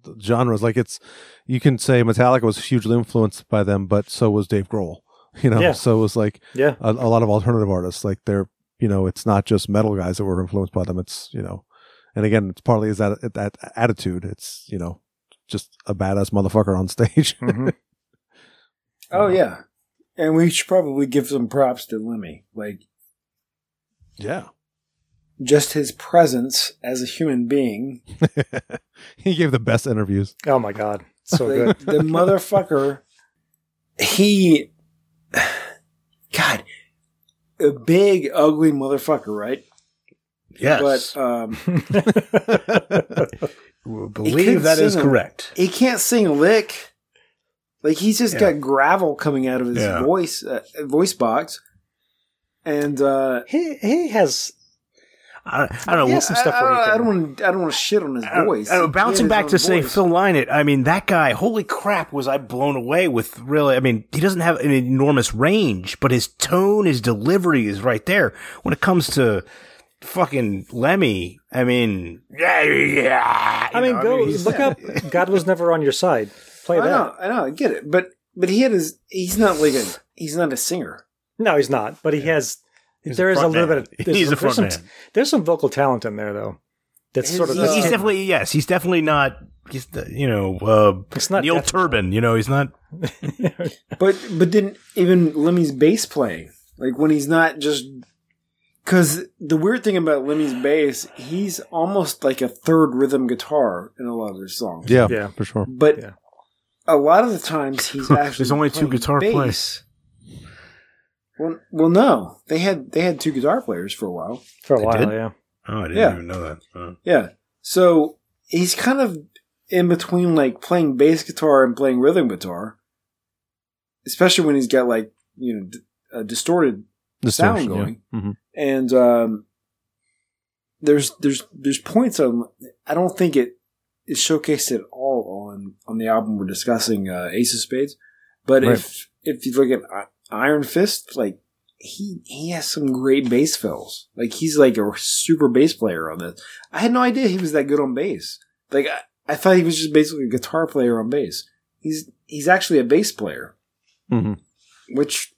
the genres. Like it's you can say Metallica was hugely influenced by them, but so was Dave Grohl. <laughs> You know, Yeah. so it was like Yeah. a, a lot of alternative artists. Like they're you know, it's not just metal guys that were influenced by them. It's you know, and again, it's partly is that that attitude. It's you know, just a badass motherfucker on <laughs> stage. Hmm. Mm-hmm. Oh yeah, and we should probably give some props to Lemmy. Like, yeah, just his presence as a human being. <laughs> he gave the best interviews. <laughs> <laughs> Oh my god, so the, good. the motherfucker, he, God, a big ugly motherfucker, right? Yes. But um, believe that is correct. He can't sing a lick. Like he's just got gravel coming out of his Yeah. voice uh, voice box, and uh, he he has. I, I don't know. Yeah, I, I, don't- I don't. want to. I don't want to shit on his I don't- Oh, voice. I don't- He Oh, bouncing had his back own to say voice. Phil Lynott, I mean that guy. Holy crap! Was I blown away with really? I mean, he doesn't have an enormous range, but his tone, his delivery is right there. When it comes to fucking Lemmy, I mean, yeah, yeah. I mean, go look <laughs> <laughs> up. God was never on your side. Play I that. know, I know, I get it, but but he had his. He's not like a. He's not a singer. No, he's not. But he has. He's there a is a front little man. bit. Of, there's- He's a there's front some, man. There's some vocal talent in there though. That's sort of. He's, uh, that's he's hidden. definitely yes. He's definitely not. He's the, you know uh, It's not Neil death Turbin. You know he's not. But but then even Lemmy's bass playing, like when he's not just because the weird thing about Lemmy's bass, he's almost like a third rhythm guitar in a lot of their songs. Yeah, for sure. But a lot of the times he's actually <laughs> There's only two playing guitar bass. players. Well, well, no, they had they had two guitar players for a while. For a They while, did? yeah. Oh, I didn't Yeah. even know that. Huh. Yeah. So he's kind of in between like playing bass guitar and playing rhythm guitar, especially when he's got like, you know, d- a distorted sound Distortion, yeah. going. Mhm. And um, there's there's there's points on I don't think it is showcased at all on on the album we're discussing uh, Ace of Spades, but Right. if if you look at I- Iron Fist, like he he has some great bass fills. Like he's like a super bass player on this. I had no idea he was that good on bass. Like I, I thought he was just basically a guitar player on bass. He's he's actually a bass player, Mm-hmm. which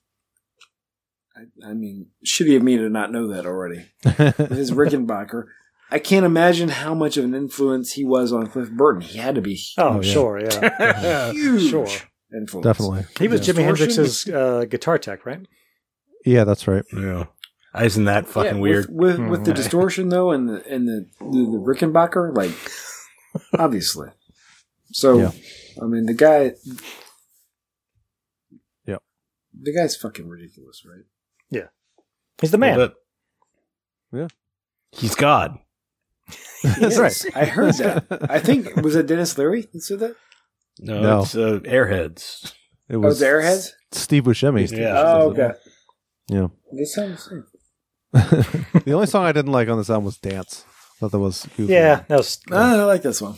I, I mean, shitty of me to not know that already. Mm-hmm. <laughs> With his Rickenbacker, I can't imagine how much of an influence he was on Cliff Burton. He had to be huge, Oh, Oh, yeah. sure, yeah. huge Sure. influence. Definitely. <laughs> He was Yeah. Jimi Distortion. Hendrix's uh, guitar tech, right? Yeah, that's <laughs> right. Yeah. Isn't that fucking Yeah, weird? with with, with the distortion though, and the and the the, the Rickenbacker, like obviously. So, Yeah. I mean, the guy, Yeah. the guy's fucking ridiculous, right? He's the man. But- Yeah. He's God. That's Yes, right. I heard that. I think was that Dennis Leary that said that. No, No. it's uh, <laughs> Airheads. It Oh, was Airheads? Steve Buscemi. Yeah. Oh, okay. Yeah. They sound the same. the only song I didn't like on this album was Dance. thought that was goofy. Yeah, that was Ah, I like this one.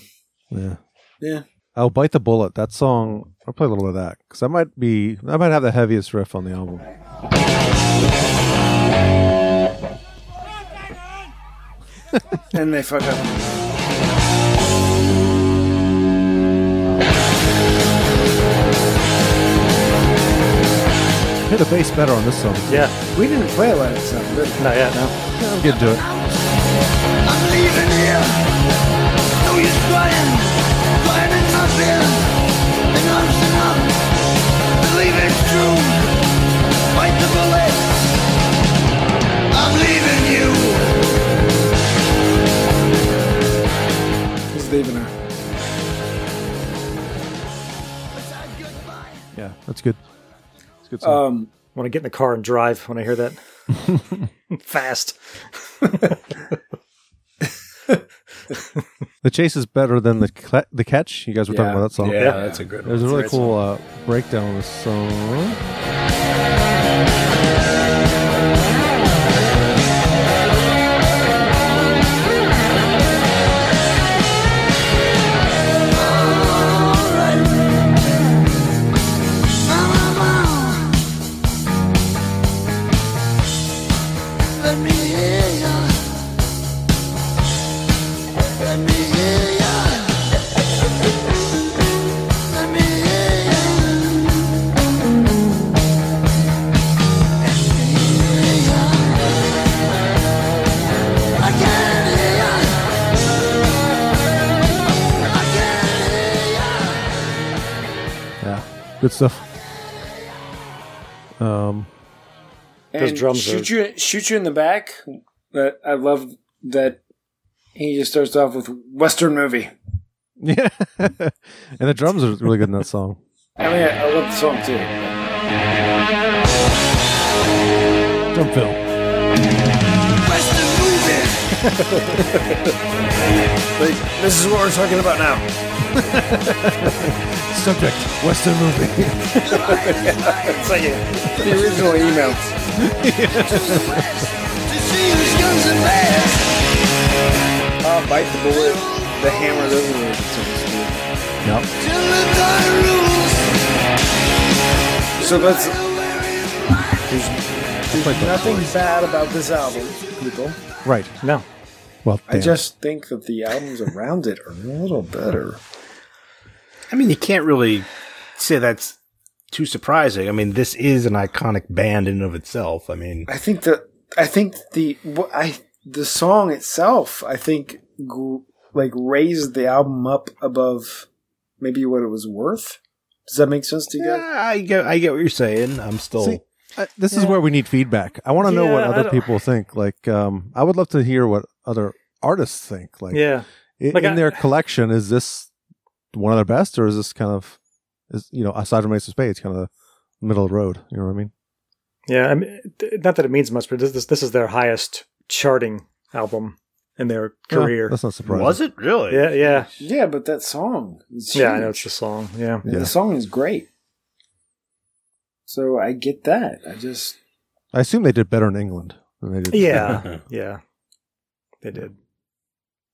Yeah. Yeah. I'll bite the bullet. That song. I'll play a little of that because I might be. I might have the heaviest riff on the album. And they fuck up. I hear the bass better on this song. yeah. We didn't play a lot of stuff. But No, yeah, no. I'm getting to it. I'm leaving here. No use crying. Crying in my bed. Enough's enough. Believe it's true. Bite the bullet. I'm leaving you. He's leaving her. Yeah, that's good. It's good song. Um, want to get in the car and drive when I hear that. <laughs> Fast. the chase is better than the cla the catch. You guys were Yeah. talking about that song. Yeah, Yeah. that's a good one. There's a That's a really great cool uh, breakdown of the song. Let me hear ya. Let me hear ya. Let me hear ya. Let me hear ya. I can't hear ya. I can't hear ya. Yeah, good stuff. <laughs> Um, and shoot you shoot you in the back. But I love that he just starts off with Western movie. yeah, and the drums are really good in that song. I mean, I, I love the song too. Drum fill. Western movie. Like, this is what we're talking about now. <laughs> Subject: Western movie. it's like a, the original email. Ah, bite the bullet. The hammer is over there. so to speak. Yep. So that's. There's, there's nothing bad about this album, people. Right. No. Well, I damn. just think that the albums around it are a little better. I mean, you can't really say that's too surprising. I mean, this is an iconic band in and of itself. I mean, I think that I think the wh- I the song itself I think gr- like raised the album up above maybe what it was worth. Does that make sense to you? guys? I get, I get what you're saying. I'm still. See, I, this is where we need feedback. I want to know what Yeah, I other don't- people think. Like, um, I would love to hear what other artists think. Like, Yeah. i- in, Like, I- their collection, is this one of their best, or is this kind of, is you know, aside from Ace of Spades, kind of the middle of the road? You know what I mean? Yeah, I mean, th- not that it means much, but this this, this is their highest charting album in their Yeah, career. Oh, that's not surprising. Was it really? Yeah, yeah, Yeah, but that song. Is yeah. I know huge. it's the song. Yeah, And Yeah. The song is great. So I get that. I just I assume they did better in England than they did. yeah, yeah. They did.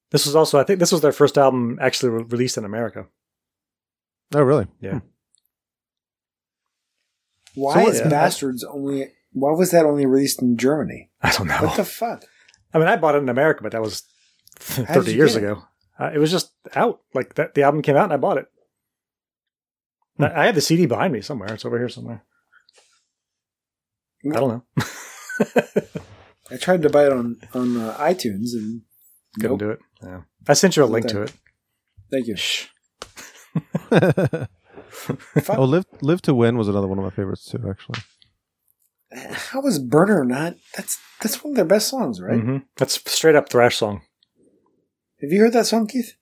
This was also, I think, this was their first album actually re- released in America. <laughs> Oh, really? <laughs> Yeah, why So what- is yeah. Bastards only? Why was that only released in Germany? I don't know. What the fuck? I mean, I bought it in America, but that was <laughs> did thirty you years get it? ago. Uh, it was just out. Like that, the album came out, and I bought it. Hmm. I, I have the CD behind me somewhere. It's over here somewhere. I don't know. I tried to buy it on on uh, iTunes and Couldn't nope. do it. Yeah. I sent you a link to it. Thank you. oh, live live to win was another one of my favorites too. Actually, How is Burner not? That's that's one of their best songs, Mm-hmm. right? hmm That's straight up thrash song. Have you heard that song, Keith?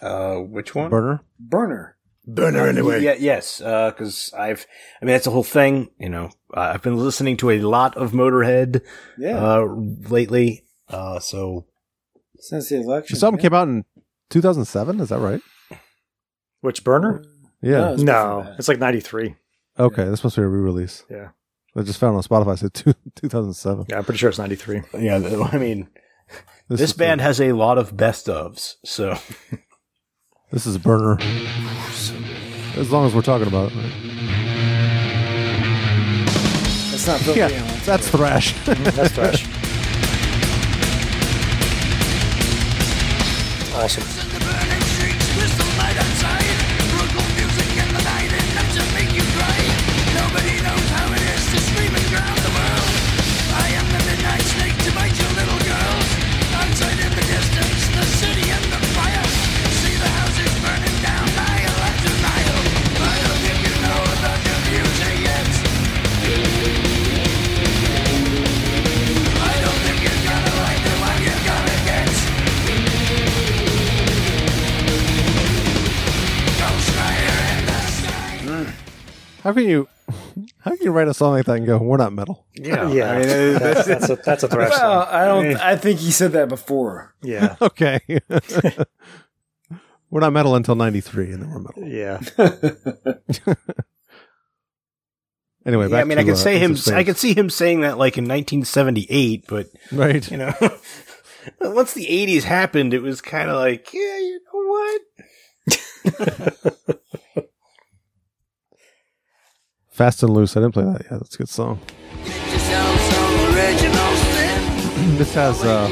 Uh, which one? Burner. Burner. Burner anyway. Yeah, yes, because I've. I mean, that's the whole thing. You know, uh, I've been listening to a lot of Motorhead Yeah. uh, lately. Uh, so Since the election. This album yeah. came out in 2007. Is that right? Which burner? Oh, Yeah. No, it's before No, that. it's like '93. okay, this must be a re-release. Yeah, I just found it on Spotify. It said two, 2007. yeah, I'm pretty sure it's '93. yeah, <laughs> th- I mean, this, is the- band has a lot of best ofs. So This is a burner. As long as we're talking about it. right? That's not Phil Yeah, Gammon. that's thrash. <laughs> That's thrash. awesome. I How can you? How can you write a song like that and go, "We're not metal"? <laughs> <laughs> yeah. I mean, it- that's, that's a that's a thrash <laughs> well, song. I don't. I think he said that before. Yeah. okay. <laughs> we're not metal until '93, and then we're metal. Yeah. Anyway, Yeah, back I mean, to, I could uh, say him. Ace of I could Spades. see him saying that like in 1978, but <laughs> Right. You know, once the 80s happened, it was kind of like, yeah, you know <laughs> what? "Fast and Loose." I didn't play that. Yeah, that's a good song. <clears throat> this has uh,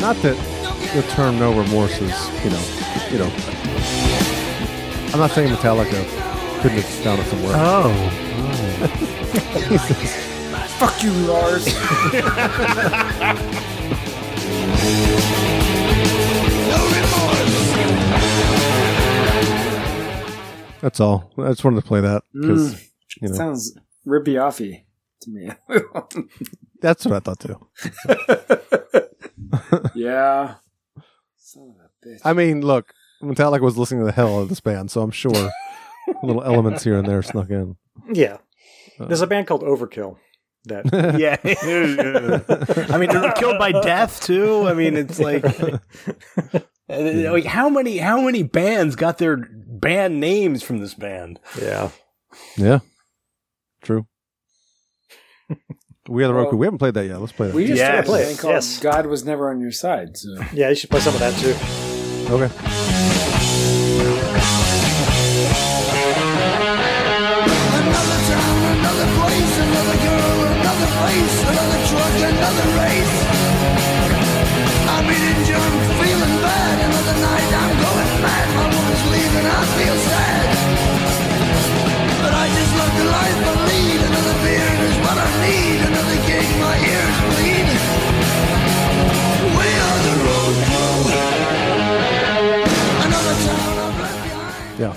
not that the term "no remorse" is you know, you know. I'm not saying Metallica couldn't have found it somewhere. Fuck you, <laughs> Lars. That's all. I just wanted to play that because Mm. you know Sounds rippy offy to me. <laughs> that's what I thought too. yeah. Son of a bitch. I mean, look, Metallica was listening to the hell out of this band, so I'm <laughs> sure little elements here and there snuck in. <laughs> Yeah. There's a band called Overkill that yeah. <laughs> I mean, they were killed by death too. I mean, it's <laughs> like, like how many how many bands got their band names from this band? Yeah. Yeah, <laughs> true. We are the Roku. Well, We haven't played that yet. Let's play that. We used Yes. to play a thing called Yes. God Was Never on Your Side. So. Yeah, you should play some of that too. Okay. I'm eating junk, feeling bad. Another night I'm going mad. My woman's leaving, I feel sad. But I just love the life I lead. Another beer is what I need. Another gig, my ears bleed. We are the road crew. Another town I've left behind. Yeah.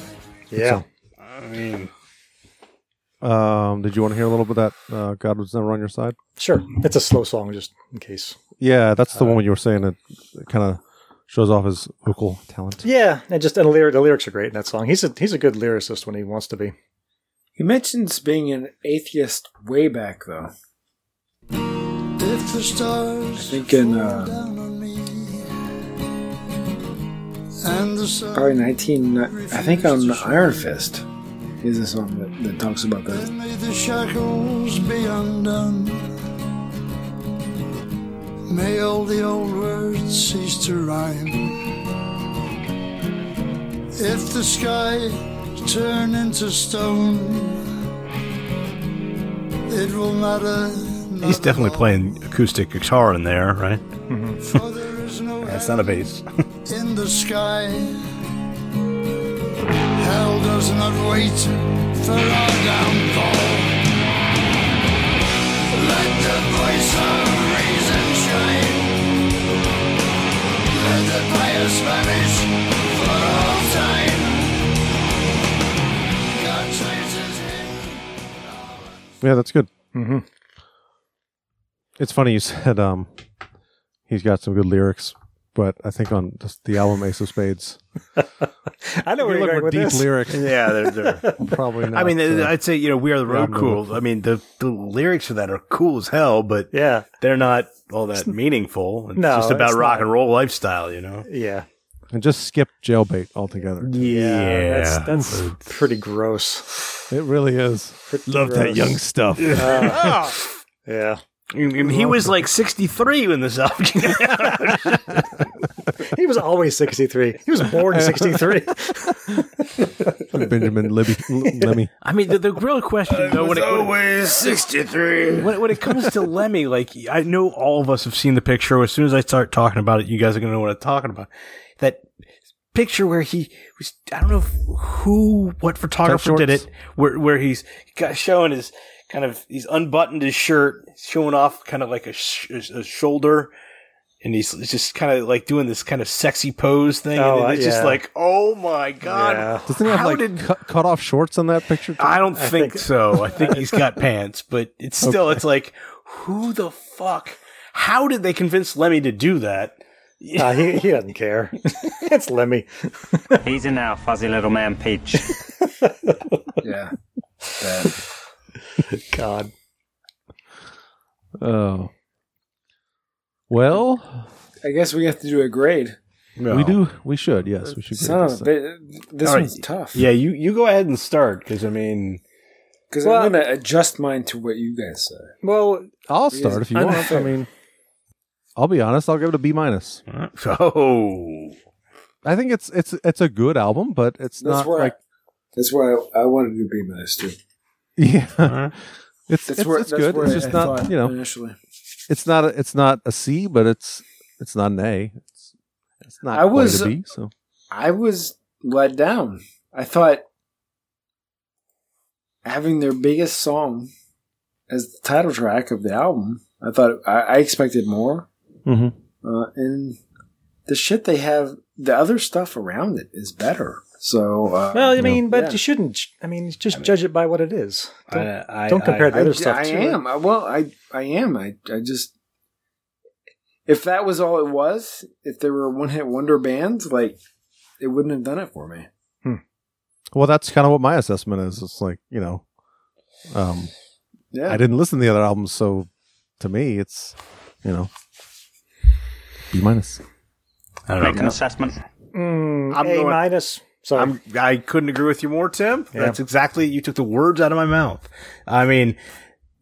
Yeah. I mean, Um, did you want to hear a little bit of that uh, God was never on your side? Sure. It's a slow song just in case. Yeah, that's the one you were saying. It, kind of shows off his vocal talent. Yeah, and just and the, lyric, the lyrics are great in that song. He's a he's a good lyricist when he wants to be. He mentions being an atheist way back though. If the stars I think in uh, and the sun probably nineteen. uh, I think on Iron Fist is a song that, that talks about that. May the shackles be undone. May all the old words cease to rhyme. If the sky turn into stone, it will matter. he's definitely playing acoustic guitar in there, right? For there <laughs> is no That's Mm-hmm. not a bass. in the sky. Hell does not wait for our downfall. Let the voice of reason shine. Let the pious vanish for all time. God traces Yeah, that's good. Mm-hmm. It's funny you <laughs> said um, he's got some good lyrics, but I think on just the album Ace of Spades, I know you where you're look going for with deep this. lyrics. yeah, they're, they're Probably not. <laughs> I mean, uh, I'd say you know we are the Yeah, I'm road cool. I mean, the the lyrics for that are cool as hell, but Yeah, they're not all that meaningful. It's No, just about it's rock not. and roll lifestyle, you know. yeah, and just skip jailbait altogether. That's that's pretty gross. It really is. Pretty Love that gross. young stuff. Yeah, And he was like 63 when this album came out. <laughs> he was always sixty three. He was born in sixty three. Benjamin <laughs> Libby, Lemmy. I mean, the, the real question though, when it, when, Always 63. it, when, it- when it comes to Lemmy, like I know all of us have seen the picture. As soon as I start talking about it, you guys are going to know what I'm talking about. That picture where he was, I don't know who, what photographer Tight did shorts? it, where where he's got showing his kind of he's unbuttoned his shirt, showing off kind of like a, sh- a shoulder. And he's just kind of like doing this kind of sexy pose thing, Oh, and it's just yeah. like, oh my god, Yeah. Doesn't he have How like did- cut, cut off shorts on that picture? I don't think, think- so. I <laughs> think he's got pants, but it's still it's like who the fuck? How did they convince Lemmy to do that? Uh, he he doesn't care. <laughs> it's Lemmy. Easy now, fuzzy little man Peach. <laughs> yeah. God. Oh. Well, I guess we have to do a grade. we do. We should. Yes, we should. grade Son of this a thing. bit- This All right. one's tough. Yeah, you, you go ahead and start because I mean, Because Well- I'm going to adjust mine to what you guys say. Well, I'll start if you I know. want. I mean, I'll be honest. I'll give it a B minus. oh, I think it's it's it's a good album, but it's That's not where, like <laughs> that's where I, I wanted to be minus two. yeah. It's That's it's, where, it's that's good. where It's I- just I not thought you know. Initially. It's not a, it's not a C, but it's it's not an A. It's, it's not I I was, was- quite a B. So I was let down. I thought having their biggest song as the title track of the album, I thought I, I expected more. Mhm. Uh, and the shit they have, the other stuff around it is better. So, uh, Well, I mean, but Yeah. you shouldn't. I mean, just judge it by what it is. Don't, I, don't compare the I, other I stuff. to am. It. I, well, I I am. I I just if that was all it was, if there were a one hit wonder band, like it wouldn't have done it for me. well, that's kind of what my assessment is. It's like you know, um, Yeah, I didn't listen to the other albums, so to me, it's you know, B minus. I don't Make an know. assessment. Mm, I'm a going- minus. Sorry. I'm, I couldn't agree with you more, Tim. Yeah. That's exactly you took the words out of my mouth. I mean,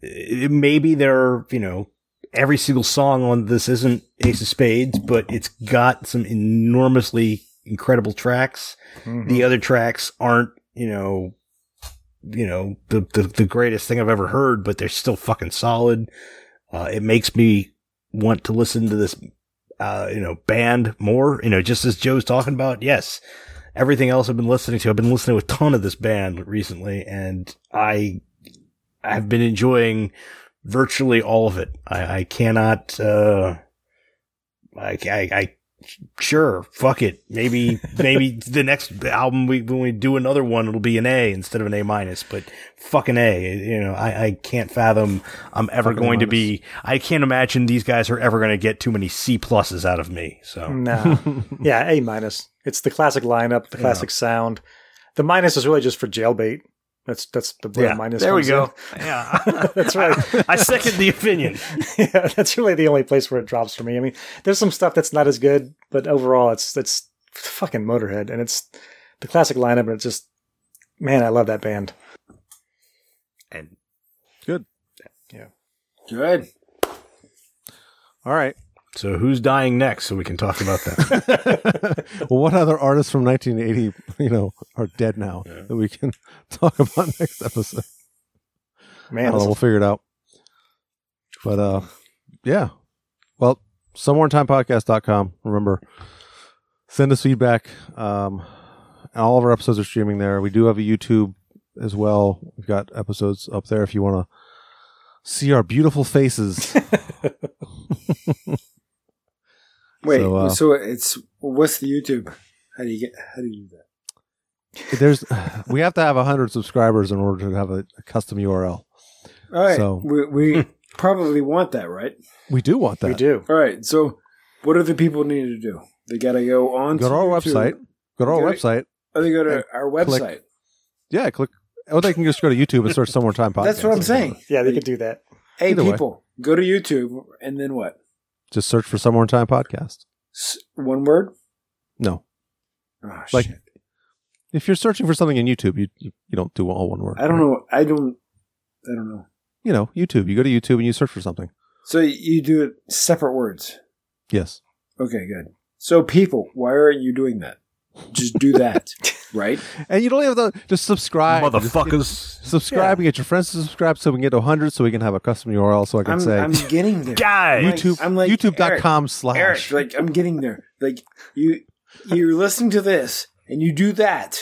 it- maybe there are you know every single song on this isn't Ace of Spades, but it's got some enormously incredible tracks. Mm-hmm. The other tracks aren't you know you know the, the the greatest thing I've ever heard, but they're still fucking solid. Uh, it makes me want to listen to this uh, you know band more. You know, just as Joe's talking about, yes everything else I've been listening to. I've been listening to a ton of this band recently, and I I've been enjoying virtually all of it. I, I cannot. Uh, I, I I sure fuck it. Maybe <laughs> maybe the next album we when we do another one, it'll be an A instead of an A minus. But fucking A, you know, I I can't fathom I'm ever Fucking going to minus. be. I can't imagine these guys are ever going to get too many C pluses out of me. So. <laughs> Nah. yeah, A minus. It's the classic lineup, the classic sound. The minus is really just for jailbait. That's that's the where Yeah, minus. there we comes go. in. Yeah. <laughs> that's right. <laughs> I second the opinion. yeah, that's really the only place where it drops for me. I mean, there's some stuff that's not as good, but overall, it's it's fucking Motorhead, and it's the classic lineup, and it's just man, I love that band. And good. All right. so, who's dying next? So we can talk about <laughs> that. Well, what other artists from 1980, you know, are dead now that we can <laughs> talk about next episode? I Man, don't know, we'll figure it out. But uh yeah. Well, somewhere in timepodcast.com, remember. Send us feedback. Um and all of our episodes are streaming there. We do have a YouTube as well. We've got episodes up there if you want to see our beautiful <laughs> faces. Wait, So, so, uh, it's what's the YouTube? How do you get? How do you do that? There's we have to have 100 subscribers in order to have a, a custom URL. All right, So- we, <laughs> we probably want that, right? We do want that. we do. All right, so what do the people need to do? They got to go on Go to our website. Go to our Okay. website. Or they go and to our website. Yeah, click. Oh, they can just go to YouTube and search "Somewhere Time Podcast." <laughs> That's what I'm saying. Yeah, they could do that. Hey, Either way. people, go to YouTube and then what? Just search for "Somewhere Time Podcast." S- one word? No, Oh, Like- shit. if you're searching for something in YouTube, you you, you don't do all one word. I don't know. I don't. I don't know. You know, YouTube. You go to YouTube and you search for something. So you do it separate words. Yes. Okay, good. So people, why are you doing that? Just <laughs> do that, right? And you don't have to just subscribe. Motherfuckers. Just subscribe and get your friends to subscribe so we can get to 100 so we can have a custom URL so I can I'm, say I'm <laughs> getting there. Guys. Like, YouTube. I'm like, YouTube.com slash. Eric, like I'm getting there. Like you, you're listening to this, and you do that,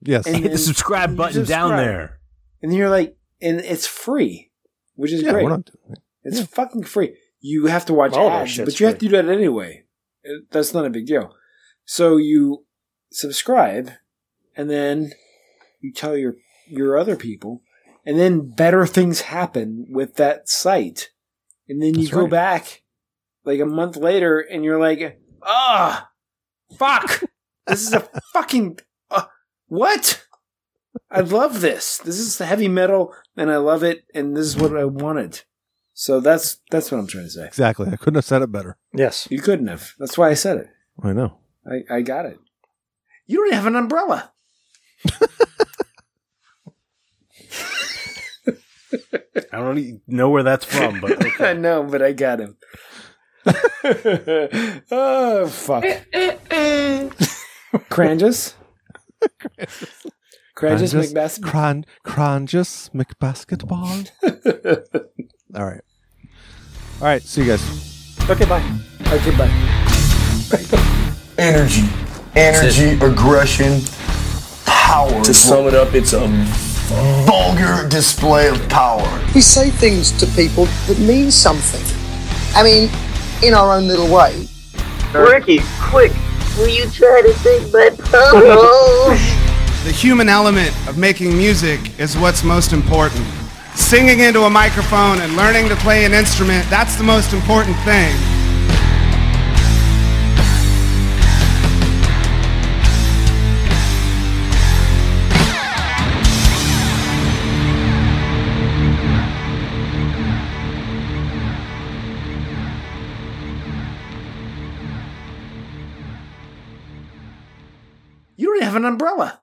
yes. and Hit then- the subscribe you button down subscribe. there. and you're like, and it's free, which is <laughs> yeah, great. we're not doing it. It's fucking free. You have to watch All that ads, shit's but you have to do that anyway. It- That's not a big deal. So you subscribe, and then you tell your your other people, and then better things happen with that site, and then you That's go right. back like a month later, and you're like, <laughs> ah, fuck, this is a fucking uh, what? I love this. This is the heavy metal, and I love it. And this is what I wanted. So that's that's what I'm trying to say. Exactly. I couldn't have said it better. Yes, you couldn't have. That's why I said it. I know. I, I got it. You don't have an umbrella. I don't even know where that's from, but I know, but I got him. oh fuck! Cranges. Cranges McBasket. Cran, Cranges McBasketball. All right. All right. See you guys. Okay, bye. Okay, bye. Energy, energy, aggression, power. To sum it up, it's um, a vulgar display of power. We say things to people that mean something. I mean, in our own little way. Ricky, quick, will you try to sing <laughs> my poem? The human element of making music is what's most important. Singing into a microphone and learning to play an instrument, that's the most important thing. You don't have an umbrella.